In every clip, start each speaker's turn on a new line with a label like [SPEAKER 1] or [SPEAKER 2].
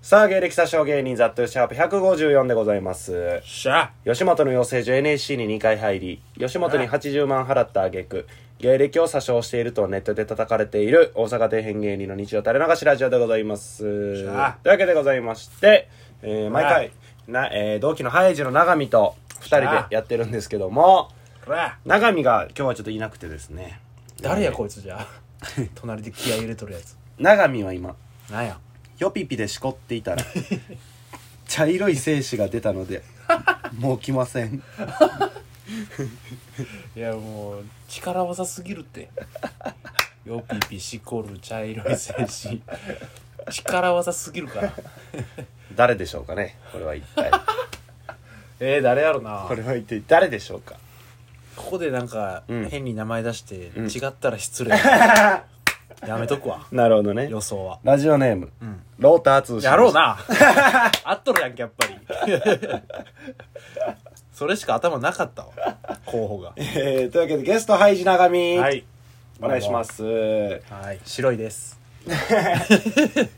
[SPEAKER 1] さあ、芸歴詐称芸人ザットゥシャープ154でございます。
[SPEAKER 2] しゃ
[SPEAKER 1] 吉本の養成所 NSC に2回入り、吉本に80万払った挙句、芸歴を詐称しているとネットで叩かれている大阪底辺芸人の日常垂れ流しラジオでございます。というわ
[SPEAKER 2] ゃあ
[SPEAKER 1] けでございまして、えー毎
[SPEAKER 2] は
[SPEAKER 1] 回
[SPEAKER 2] い、
[SPEAKER 1] なえー同期のハイジの永見と2人でやってるんですけども、
[SPEAKER 2] こら
[SPEAKER 1] 永見が今日はちょっといなくてですね、
[SPEAKER 2] 誰やこいつじゃ隣で気合い入れとるやつ
[SPEAKER 1] 永見は今、
[SPEAKER 2] なんや
[SPEAKER 1] ヨピピでしこっていたら 茶色い精子が出たの でもう来ません
[SPEAKER 2] いやもう力技すぎるってよぴぴしこる茶色い精子力技すぎるから
[SPEAKER 1] 誰でしょうかねこれは一体
[SPEAKER 2] えー、誰やろな
[SPEAKER 1] こ
[SPEAKER 2] こ
[SPEAKER 1] れは一体誰でしょうか
[SPEAKER 2] こでなんか
[SPEAKER 1] ん
[SPEAKER 2] 変に名前出して
[SPEAKER 1] ん
[SPEAKER 2] 違ったら 失礼、やめとくわ
[SPEAKER 1] なるほどね
[SPEAKER 2] 予想は
[SPEAKER 1] ラジオネーム、ローター通信
[SPEAKER 2] やろうな合っとるやんけやっぱりそれしか頭なかったわ候補が
[SPEAKER 1] えー、というわけでゲストハイジ長見、
[SPEAKER 2] はい
[SPEAKER 1] お願いします
[SPEAKER 2] はい白いです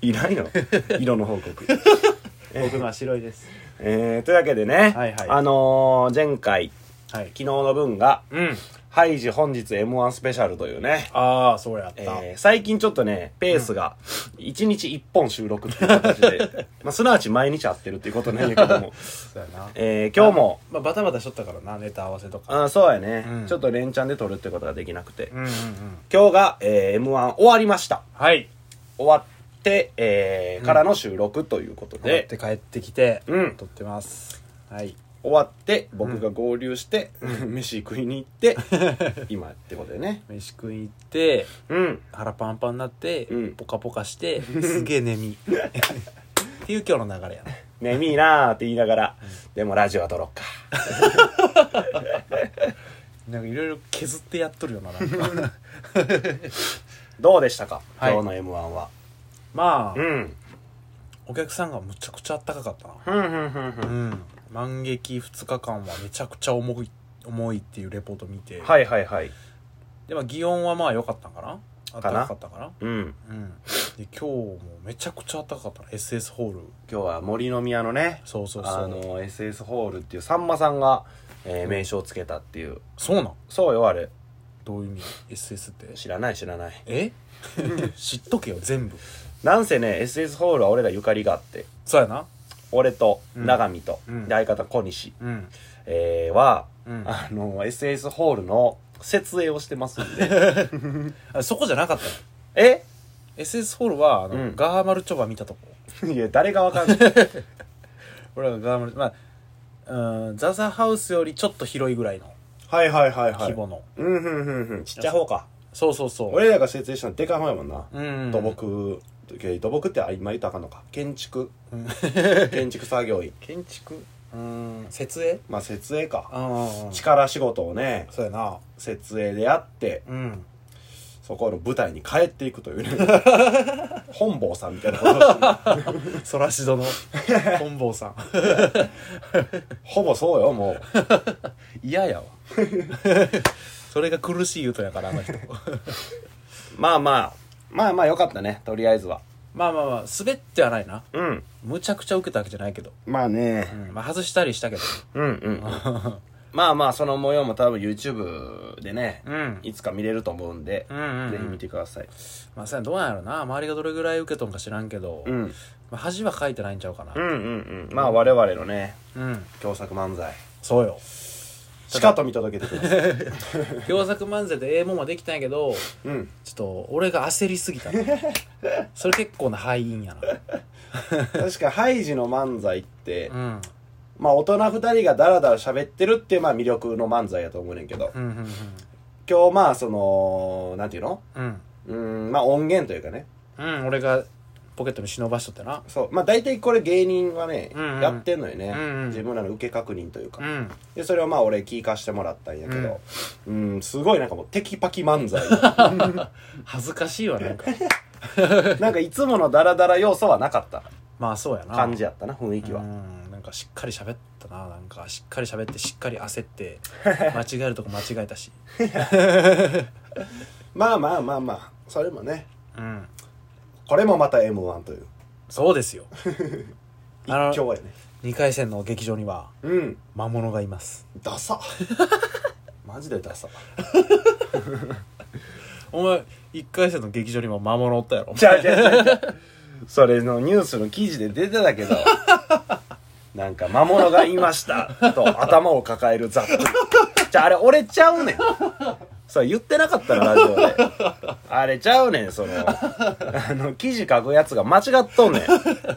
[SPEAKER 1] いない の色の報 告
[SPEAKER 2] 僕のは白いです
[SPEAKER 1] えー、というわけでね、
[SPEAKER 2] はいはい
[SPEAKER 1] あのー、前回
[SPEAKER 2] はい
[SPEAKER 1] 昨日の分が、
[SPEAKER 2] うん
[SPEAKER 1] ハイジ本日 m 1スペシャルというね
[SPEAKER 2] ああそうやった、
[SPEAKER 1] えー最近ちょっとね、ペースが、1日1本収録っていう形 で、まあ、すなわち毎日会ってるっていうことなんやけ ども、
[SPEAKER 2] そうやな
[SPEAKER 1] えー今日も、
[SPEAKER 2] まあ、バタバタしとったからなネタ合わせとか
[SPEAKER 1] あーそうやね、
[SPEAKER 2] うん
[SPEAKER 1] ちょっと連チャンで撮るってことができなくて、
[SPEAKER 2] うんうんうん
[SPEAKER 1] 今日が、えー M1 終わりました。
[SPEAKER 2] はい
[SPEAKER 1] 終わって、えーからの収録ということ
[SPEAKER 2] 持っ
[SPEAKER 1] で、
[SPEAKER 2] て帰ってきて、
[SPEAKER 1] うん
[SPEAKER 2] 撮ってますはい
[SPEAKER 1] 終わって、僕が合流して、 飯食いに行 って、今ってことでね。
[SPEAKER 2] 飯食いに行って
[SPEAKER 1] うん。
[SPEAKER 2] 腹パンパンになって、
[SPEAKER 1] うん
[SPEAKER 2] ポカポカしてすげえ眠みっていう今日の流れやな
[SPEAKER 1] 眠いなーって言いながら、でもラジオは撮ろうか。
[SPEAKER 2] なんかいろいろ削ってやっとるよななんか
[SPEAKER 1] どうでしたか、
[SPEAKER 2] はい
[SPEAKER 1] 今日の M1 は。
[SPEAKER 2] まあ、
[SPEAKER 1] うん。
[SPEAKER 2] お客さんがむちゃくちゃあったかかったな
[SPEAKER 1] ふんふんふんふん。
[SPEAKER 2] うん満劇2日間はめちゃくちゃ重い重いっていうレポート見て、
[SPEAKER 1] はいはいはい。
[SPEAKER 2] でまあ祇園はまあ良かったんかなあったかかったかな
[SPEAKER 1] うん。
[SPEAKER 2] うんで今日もめちゃくちゃあったかかったな SS ホール
[SPEAKER 1] 今日は森の宮のね、
[SPEAKER 2] そうそうそう
[SPEAKER 1] あの、SS ホールっていうさんまさんが、えー名称をつけたっていう。
[SPEAKER 2] そうなん
[SPEAKER 1] そうよ、あれ。
[SPEAKER 2] どういう意味 SS って
[SPEAKER 1] 知らない知らない。
[SPEAKER 2] え 知っとけよ全部
[SPEAKER 1] なんせね、SS ホールは俺らゆかりがあって、
[SPEAKER 2] そうやな
[SPEAKER 1] 俺と、
[SPEAKER 2] うん
[SPEAKER 1] 長見と、
[SPEAKER 2] うん
[SPEAKER 1] で相方小西、
[SPEAKER 2] うん
[SPEAKER 1] えーは、
[SPEAKER 2] うん
[SPEAKER 1] あの、SS ホールの設営をしてますんで。
[SPEAKER 2] あそこじゃなかったの
[SPEAKER 1] え
[SPEAKER 2] SS ホールはあの、
[SPEAKER 1] うん
[SPEAKER 2] ガーマルチョバ見たとこ
[SPEAKER 1] いや、誰がわかんない。
[SPEAKER 2] 俺らがガーマルまあうんザザハウスよりちょっと広いぐらいの
[SPEAKER 1] はいはいはいは
[SPEAKER 2] 規模の、
[SPEAKER 1] うん、ふんふんふん。ちっちゃい方か。
[SPEAKER 2] そうそうそう
[SPEAKER 1] 俺らが設営したのでかい方やもんな。
[SPEAKER 2] うん
[SPEAKER 1] 土木、土木ってあ今言ったらあかんのか。建築、建築作業員。
[SPEAKER 2] 建築 うん設営
[SPEAKER 1] まあ設営か
[SPEAKER 2] あ
[SPEAKER 1] 力仕事をね
[SPEAKER 2] そうやな
[SPEAKER 1] 設営でやって
[SPEAKER 2] うん
[SPEAKER 1] そこの舞台に帰っていくと いうね本坊さんみたいなことをして
[SPEAKER 2] そらしど の本坊さん
[SPEAKER 1] ほぼそうよもう
[SPEAKER 2] 嫌やわ それが苦しい言うとやからあの人
[SPEAKER 1] まあまあまあまあよかったねとりあえずは
[SPEAKER 2] まあまあまあ滑ってはないな
[SPEAKER 1] うん
[SPEAKER 2] むちゃくちゃ受けたわけじゃないけど、
[SPEAKER 1] まあね
[SPEAKER 2] うんまあ、外したりしたけど
[SPEAKER 1] うんうん まあまあその模様も多分 YouTube でね、
[SPEAKER 2] ん
[SPEAKER 1] いつか見れると思うんで、
[SPEAKER 2] うんうんうん
[SPEAKER 1] ぜひ見てください
[SPEAKER 2] まあさどうなんやろな周りがどれぐらい受けとんか知らんけど、
[SPEAKER 1] うん
[SPEAKER 2] まあ、恥はかいてないんちゃうかな
[SPEAKER 1] うんうんうんまあ我々のね
[SPEAKER 2] うん
[SPEAKER 1] 共作漫才
[SPEAKER 2] そうよ
[SPEAKER 1] しかと見届けてください
[SPEAKER 2] 共作漫才でええもんはできたんやけ ど
[SPEAKER 1] うん
[SPEAKER 2] ちょっと俺が焦りす ぎたなそれ結構な敗因やな
[SPEAKER 1] 確かハイジの漫才って、
[SPEAKER 2] うん
[SPEAKER 1] まあ大人二人がダラダラ喋ってるってまあ魅力の漫才やと思うねんけど、
[SPEAKER 2] うんうん
[SPEAKER 1] 今日まあその、なんていうの
[SPEAKER 2] うん
[SPEAKER 1] うーん、まあ音源というかね。
[SPEAKER 2] うんうん俺がポケットに忍ばしとったな
[SPEAKER 1] そう。まあ大体これ芸人はね、
[SPEAKER 2] うんうん
[SPEAKER 1] やってんのよね。
[SPEAKER 2] うんうん
[SPEAKER 1] 自分らの受け確認というか。
[SPEAKER 2] うん
[SPEAKER 1] で、それをまあ俺聞かしてもらったんやけど、うん、すごいなんかもうテキパキ漫才。
[SPEAKER 2] 恥ずかしいわなんか
[SPEAKER 1] なんかいつものダラダラ要素はなかった
[SPEAKER 2] まあそうやな
[SPEAKER 1] 感じやったな、雰囲気
[SPEAKER 2] う
[SPEAKER 1] は。
[SPEAKER 2] んなんかしっかり喋ったななんかしっかり喋ってしっかり焦って間違えるとこ間違えたし
[SPEAKER 1] まあまあまあまあ、それもね、
[SPEAKER 2] うん
[SPEAKER 1] これもまた M1 という。
[SPEAKER 2] そうです よ
[SPEAKER 1] 一
[SPEAKER 2] あの
[SPEAKER 1] 強やね
[SPEAKER 2] 2回戦の劇場には
[SPEAKER 1] うん
[SPEAKER 2] 魔物がいます
[SPEAKER 1] ダサ マジでダサ
[SPEAKER 2] お前1回戦の劇場にも魔物おったやろ
[SPEAKER 1] じゃあじゃあじゃあじゃあそれのニュースの記事で出てたけ どなんか魔物がいましたと頭を抱えるザップじゃああれ俺ちゃうねんそれ言ってなかったのラジオであれちゃうねんそのあの記事書くやつが間違っとんねん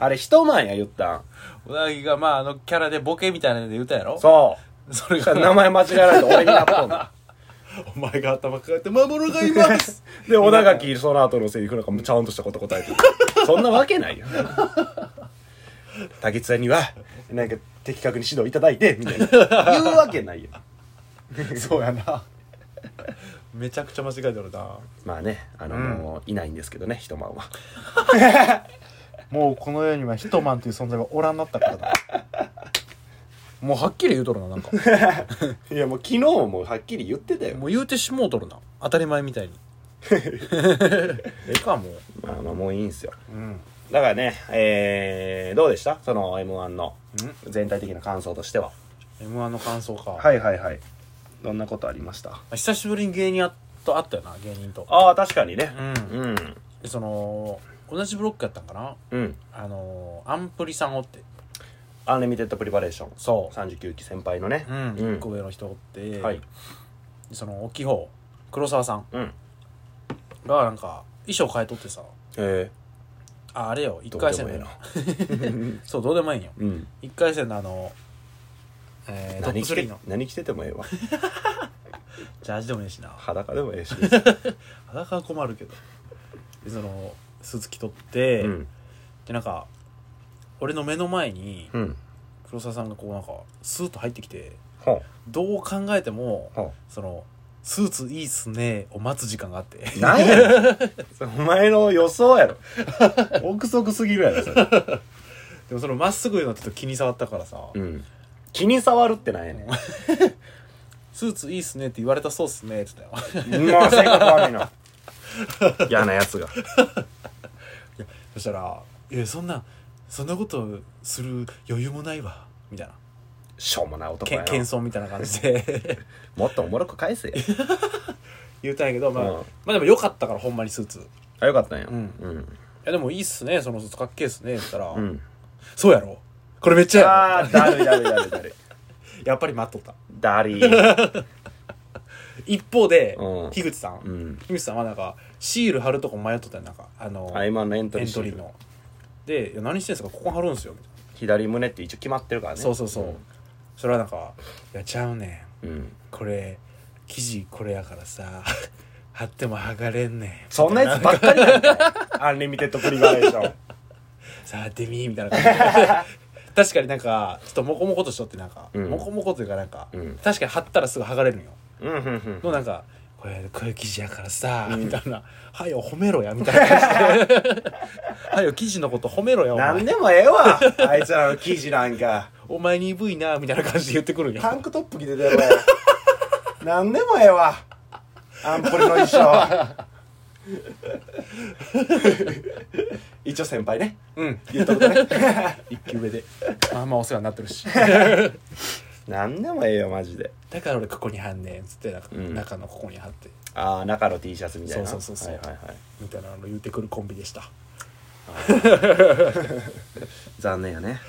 [SPEAKER 1] あれ一晩や言ったん
[SPEAKER 2] うなぎがまああのキャラでボケみたいなので言うたや ろ
[SPEAKER 1] そう
[SPEAKER 2] それ
[SPEAKER 1] そ
[SPEAKER 2] が
[SPEAKER 1] れ名前間違えられて俺になっとんねん
[SPEAKER 2] お前が頭抱えて魔物がいます
[SPEAKER 1] で、小田垣、その後のセリフなんかもちゃんとしたこと答えてる。そんなわけないよ。竹津さんには、なんか的確に指導いただいて、みたいな。言うわけないよ。
[SPEAKER 2] そうやなめちゃくちゃ間違えてるな
[SPEAKER 1] まあね、あの、
[SPEAKER 2] うん
[SPEAKER 1] もういないんですけどね、一晩は。
[SPEAKER 2] もうこの世にはヒトマンという存在がおらんなったからだもうはっきり言うとるな なんか
[SPEAKER 1] いや、もう昨日もはっきり言ってたよ。
[SPEAKER 2] もう言うてしもうとるな当たり前 みたいにええかもう
[SPEAKER 1] まあまあ、もういいんすよ。
[SPEAKER 2] うん
[SPEAKER 1] だからね、えー、どうでしたその M1 の全体的な感想としては。
[SPEAKER 2] m 1の感想か、
[SPEAKER 1] いはいはい。どんなことありました
[SPEAKER 2] 久しぶりに芸人と会ったよな芸人と
[SPEAKER 1] ああ、確かにね。
[SPEAKER 2] うん
[SPEAKER 1] うん。
[SPEAKER 2] でその同じブロックやったんかな
[SPEAKER 1] うん。
[SPEAKER 2] あのアンプリさんおって
[SPEAKER 1] アンリミテッドプリパレーション。
[SPEAKER 2] そ
[SPEAKER 1] 39期先輩のね。
[SPEAKER 2] う、うん
[SPEAKER 1] うん
[SPEAKER 2] 1個上の人おって、
[SPEAKER 1] はい。
[SPEAKER 2] でその大きい方黒沢さん
[SPEAKER 1] うん。
[SPEAKER 2] がなんか衣装変えとってさ
[SPEAKER 1] え
[SPEAKER 2] ああれよ
[SPEAKER 1] え
[SPEAKER 2] 1回戦のそうどうでもいいんよ
[SPEAKER 1] うん。
[SPEAKER 2] 1回戦のあの、えー、トッ
[SPEAKER 1] 何
[SPEAKER 2] プ
[SPEAKER 1] 着て
[SPEAKER 2] 3の、
[SPEAKER 1] 何着ててもええ わ。
[SPEAKER 2] ジャージでもいいしな
[SPEAKER 1] 裸でもええし。
[SPEAKER 2] 裸は困るけどでそのスーツ着とって、
[SPEAKER 1] うん。
[SPEAKER 2] でなんか俺の目の前に
[SPEAKER 1] うん。
[SPEAKER 2] 黒沢さんがこうなんかスーッと入ってきて
[SPEAKER 1] ほう。
[SPEAKER 2] どう考えても
[SPEAKER 1] ほ
[SPEAKER 2] そのスーツいいっすねを待つ時間があって
[SPEAKER 1] う。なんやねんそれお前の予想やろ。憶測すぎるやろ、それ。
[SPEAKER 2] でもそのまっすぐのちょっと気に触ったからさ、
[SPEAKER 1] うん。気に障るってなんや ね
[SPEAKER 2] スーツいいっすねって言われたそうっすねって言ったよ
[SPEAKER 1] ん。まあ、性格悪いな。 嫌なやつが。
[SPEAKER 2] そしたら「いやそんなそんなことする余裕もないわ」みたいな
[SPEAKER 1] しょうもない男
[SPEAKER 2] け
[SPEAKER 1] や
[SPEAKER 2] ん
[SPEAKER 1] な。
[SPEAKER 2] 謙遜みたいな感じで
[SPEAKER 1] もっとおもろく返せよ。
[SPEAKER 2] 言うたんやけど、まあ
[SPEAKER 1] うん
[SPEAKER 2] まあでもよかったからほんまにスーツ「い
[SPEAKER 1] あ、よかったんや。
[SPEAKER 2] うん
[SPEAKER 1] うん。
[SPEAKER 2] やでもいいっすねそのスーツかっけえっすね」って言ったら「
[SPEAKER 1] うん。
[SPEAKER 2] そうやろこれめっちゃや
[SPEAKER 1] あー、だるいだるいだるいだるい。
[SPEAKER 2] ろやっぱり待っとった
[SPEAKER 1] だり ー。
[SPEAKER 2] 一方で
[SPEAKER 1] うん
[SPEAKER 2] 樋口さん
[SPEAKER 1] うん。
[SPEAKER 2] 樋口さんはなんかシール貼るとこ迷っとったよなんかあの
[SPEAKER 1] あ、今のエント
[SPEAKER 2] エ
[SPEAKER 1] リー
[SPEAKER 2] ント
[SPEAKER 1] シ
[SPEAKER 2] リ
[SPEAKER 1] ー
[SPEAKER 2] ー
[SPEAKER 1] ト
[SPEAKER 2] のでいや「何してんすかここ貼るんすよ」みたいな
[SPEAKER 1] 左胸って一応決まってるからね。
[SPEAKER 2] そうそうそう、それはなんか「いやちゃうねん
[SPEAKER 1] うん。
[SPEAKER 2] これ生地これやからさ 貼っても剥がれんねん」
[SPEAKER 1] そんなやつばっかりなんだよ。アンリミテッドプリバレーション。
[SPEAKER 2] さあデミーみたいな感じで確かになんかちょっとモコモコとしとってなんか、
[SPEAKER 1] うん
[SPEAKER 2] モコモコというかなんか、
[SPEAKER 1] うん
[SPEAKER 2] 確かに貼ったらすぐ剥がれるんよ
[SPEAKER 1] うん、うん、
[SPEAKER 2] のなんかこれこういう生地やからさ、みたいな「はよ褒めろや」みたいな感じで 「はよ生地のこと褒めろやお
[SPEAKER 1] なん
[SPEAKER 2] 前
[SPEAKER 1] でもええわ。あいつらの記事なんか。
[SPEAKER 2] お前鈍いな」みたいな感じで言ってくるんよ
[SPEAKER 1] タンクトップ着てたよ、お前なんでもええわ。アンプリの衣装。一応先輩ね。
[SPEAKER 2] うん
[SPEAKER 1] 言っとくとね。
[SPEAKER 2] 一級上でまあまあお世話になってるし
[SPEAKER 1] なんでもええよ、マジで。
[SPEAKER 2] だから俺ここに貼んねんっつってなんか
[SPEAKER 1] うん
[SPEAKER 2] 中のここに貼って
[SPEAKER 1] ああ、中の T シャツみたいな。
[SPEAKER 2] そうそうそうそう
[SPEAKER 1] はいはいはい。
[SPEAKER 2] みたいなのを言ってくるコンビでした
[SPEAKER 1] 残念や ね。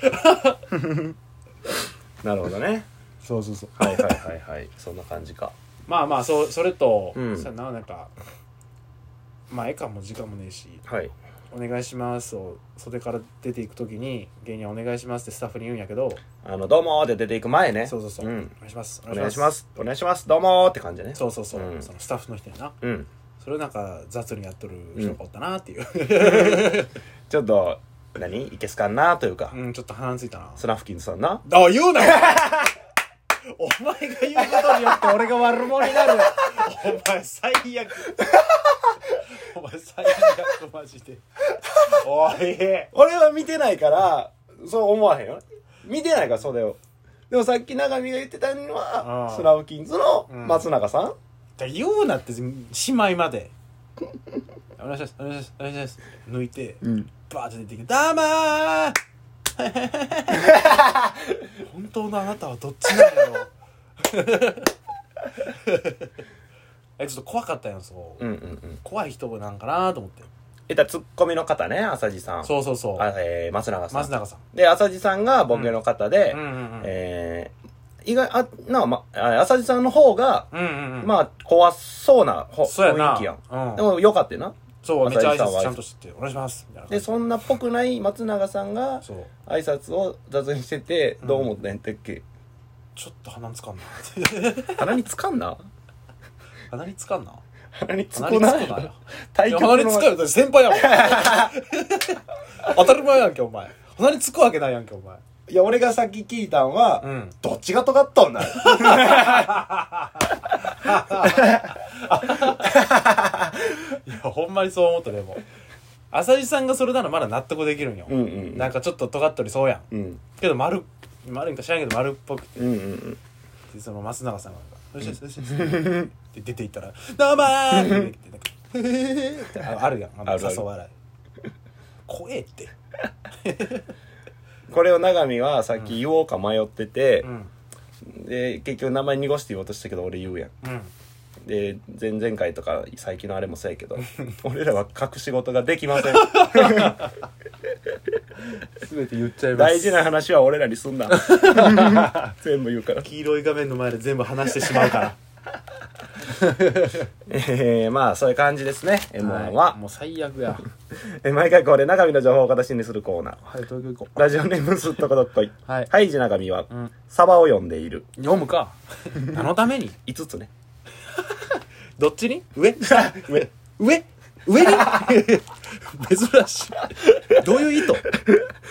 [SPEAKER 1] なるほどね。
[SPEAKER 2] そうそうそう
[SPEAKER 1] はいはいはいはい。そんな感じか。
[SPEAKER 2] まあまあそうそれと、
[SPEAKER 1] うん
[SPEAKER 2] そうやななんかまあ絵かも時間もねえし
[SPEAKER 1] はい。
[SPEAKER 2] 「お願いします」を袖から出ていく時に「芸人はお願いします」ってスタッフに言うんやけど
[SPEAKER 1] あの、どうもーって出ていく前ね。
[SPEAKER 2] そうそうそう、
[SPEAKER 1] ん
[SPEAKER 2] お願いします
[SPEAKER 1] お願いします。お願いします。どうもーって感じだね。
[SPEAKER 2] そうそうそう、
[SPEAKER 1] うん
[SPEAKER 2] そのスタッフの人やな
[SPEAKER 1] うん。
[SPEAKER 2] それをなんか雑にやっとる人がおったなっていう
[SPEAKER 1] ちょっと、何いけすかんなというか
[SPEAKER 2] う、ん、ちょっと鼻についたな
[SPEAKER 1] スナフキンさんな。
[SPEAKER 2] あ言うなよ お前が言うことによって俺が悪者になるお前最悪 お前最悪マジで おい
[SPEAKER 1] 俺は見てないから、そう思わへんよ。見てないから、それを。でもさっき長見が言ってたの
[SPEAKER 2] あ
[SPEAKER 1] は
[SPEAKER 2] ー、
[SPEAKER 1] スナフキンズの
[SPEAKER 2] うん
[SPEAKER 1] 松永さん、
[SPEAKER 2] だから言うなって姉妹までお願いしますお願いしますお願いします抜いて
[SPEAKER 1] うん
[SPEAKER 2] バーって出てきて「ダーマー! 」本当のあなたはどっちなんだろう えちょっと怖かったんよそう、
[SPEAKER 1] うんうんうん
[SPEAKER 2] 怖い人なんかなと思って
[SPEAKER 1] えたツッコミの方ね浅地さん
[SPEAKER 2] そうそうそう
[SPEAKER 1] あえー松永さん
[SPEAKER 2] 松永さん
[SPEAKER 1] で浅地さんがボケの方で、
[SPEAKER 2] うんうんうん
[SPEAKER 1] えー意外あなあ、ま、あ浅地さんの方が、
[SPEAKER 2] うんうんうん
[SPEAKER 1] まあ怖そうなほ
[SPEAKER 2] そうやな
[SPEAKER 1] 雰囲気やん
[SPEAKER 2] うん
[SPEAKER 1] でもよかったよな
[SPEAKER 2] そうめっちゃ挨
[SPEAKER 1] 朝日さんは
[SPEAKER 2] 拶ちゃんとして「お願いします」みたいな
[SPEAKER 1] でそんなっぽくない松永さんが
[SPEAKER 2] そう
[SPEAKER 1] 挨拶を雑にしてて
[SPEAKER 2] うん
[SPEAKER 1] どう思ったんやったっけ、
[SPEAKER 2] ちょっと鼻につかんな
[SPEAKER 1] 鼻につかんな
[SPEAKER 2] 鼻につかんな
[SPEAKER 1] 鼻につ
[SPEAKER 2] 鼻
[SPEAKER 1] こ
[SPEAKER 2] につ
[SPEAKER 1] な
[SPEAKER 2] くなよ
[SPEAKER 1] 対
[SPEAKER 2] いや
[SPEAKER 1] 局
[SPEAKER 2] 鼻につか
[SPEAKER 1] の
[SPEAKER 2] るだって先輩やも ん当たり前やんけお前鼻につくわけないやんけお前
[SPEAKER 1] いや俺がさっき聞いたんは、
[SPEAKER 2] うん
[SPEAKER 1] どっちが尖っとんな
[SPEAKER 2] いやほんまにそう思ったでも浅井さんがそれならまだ納得できるんよ、
[SPEAKER 1] うんうん
[SPEAKER 2] なんかちょっと尖っとりそうやん
[SPEAKER 1] うん
[SPEAKER 2] けど丸丸いんか知らんけど丸っぽく
[SPEAKER 1] うんうん
[SPEAKER 2] てその松永さんが「よしよしよしよし」って出ていったら「どうもー!」って出てきてなんか「あるやんあの
[SPEAKER 1] あるある
[SPEAKER 2] 誘わない怖えって
[SPEAKER 1] これを永見はさっき言おうか迷ってて
[SPEAKER 2] う、ん
[SPEAKER 1] で結局名前濁して言おうとしたけど俺言うやん
[SPEAKER 2] うん
[SPEAKER 1] で前々回とか最近のあれもそうや けど俺らは隠し事ができません
[SPEAKER 2] 全て言っちゃ い
[SPEAKER 1] 大事な話は俺らにすんな 全部言うから
[SPEAKER 2] 黄色い画面の前で全部話してしまう から
[SPEAKER 1] えー、まあそういう感じですね M1 は、
[SPEAKER 2] もう最悪や
[SPEAKER 1] えー毎回これ中身の情報を形にするコーナー
[SPEAKER 2] はい東京行こう
[SPEAKER 1] ラジオネームすっとこどっこい
[SPEAKER 2] はい
[SPEAKER 1] はいじ中身は、
[SPEAKER 2] ん
[SPEAKER 1] サバを読んでいる
[SPEAKER 2] 読む か何のために
[SPEAKER 1] 5つ ね
[SPEAKER 2] どっちに 上下
[SPEAKER 1] 上
[SPEAKER 2] 上上に珍しいどういう意図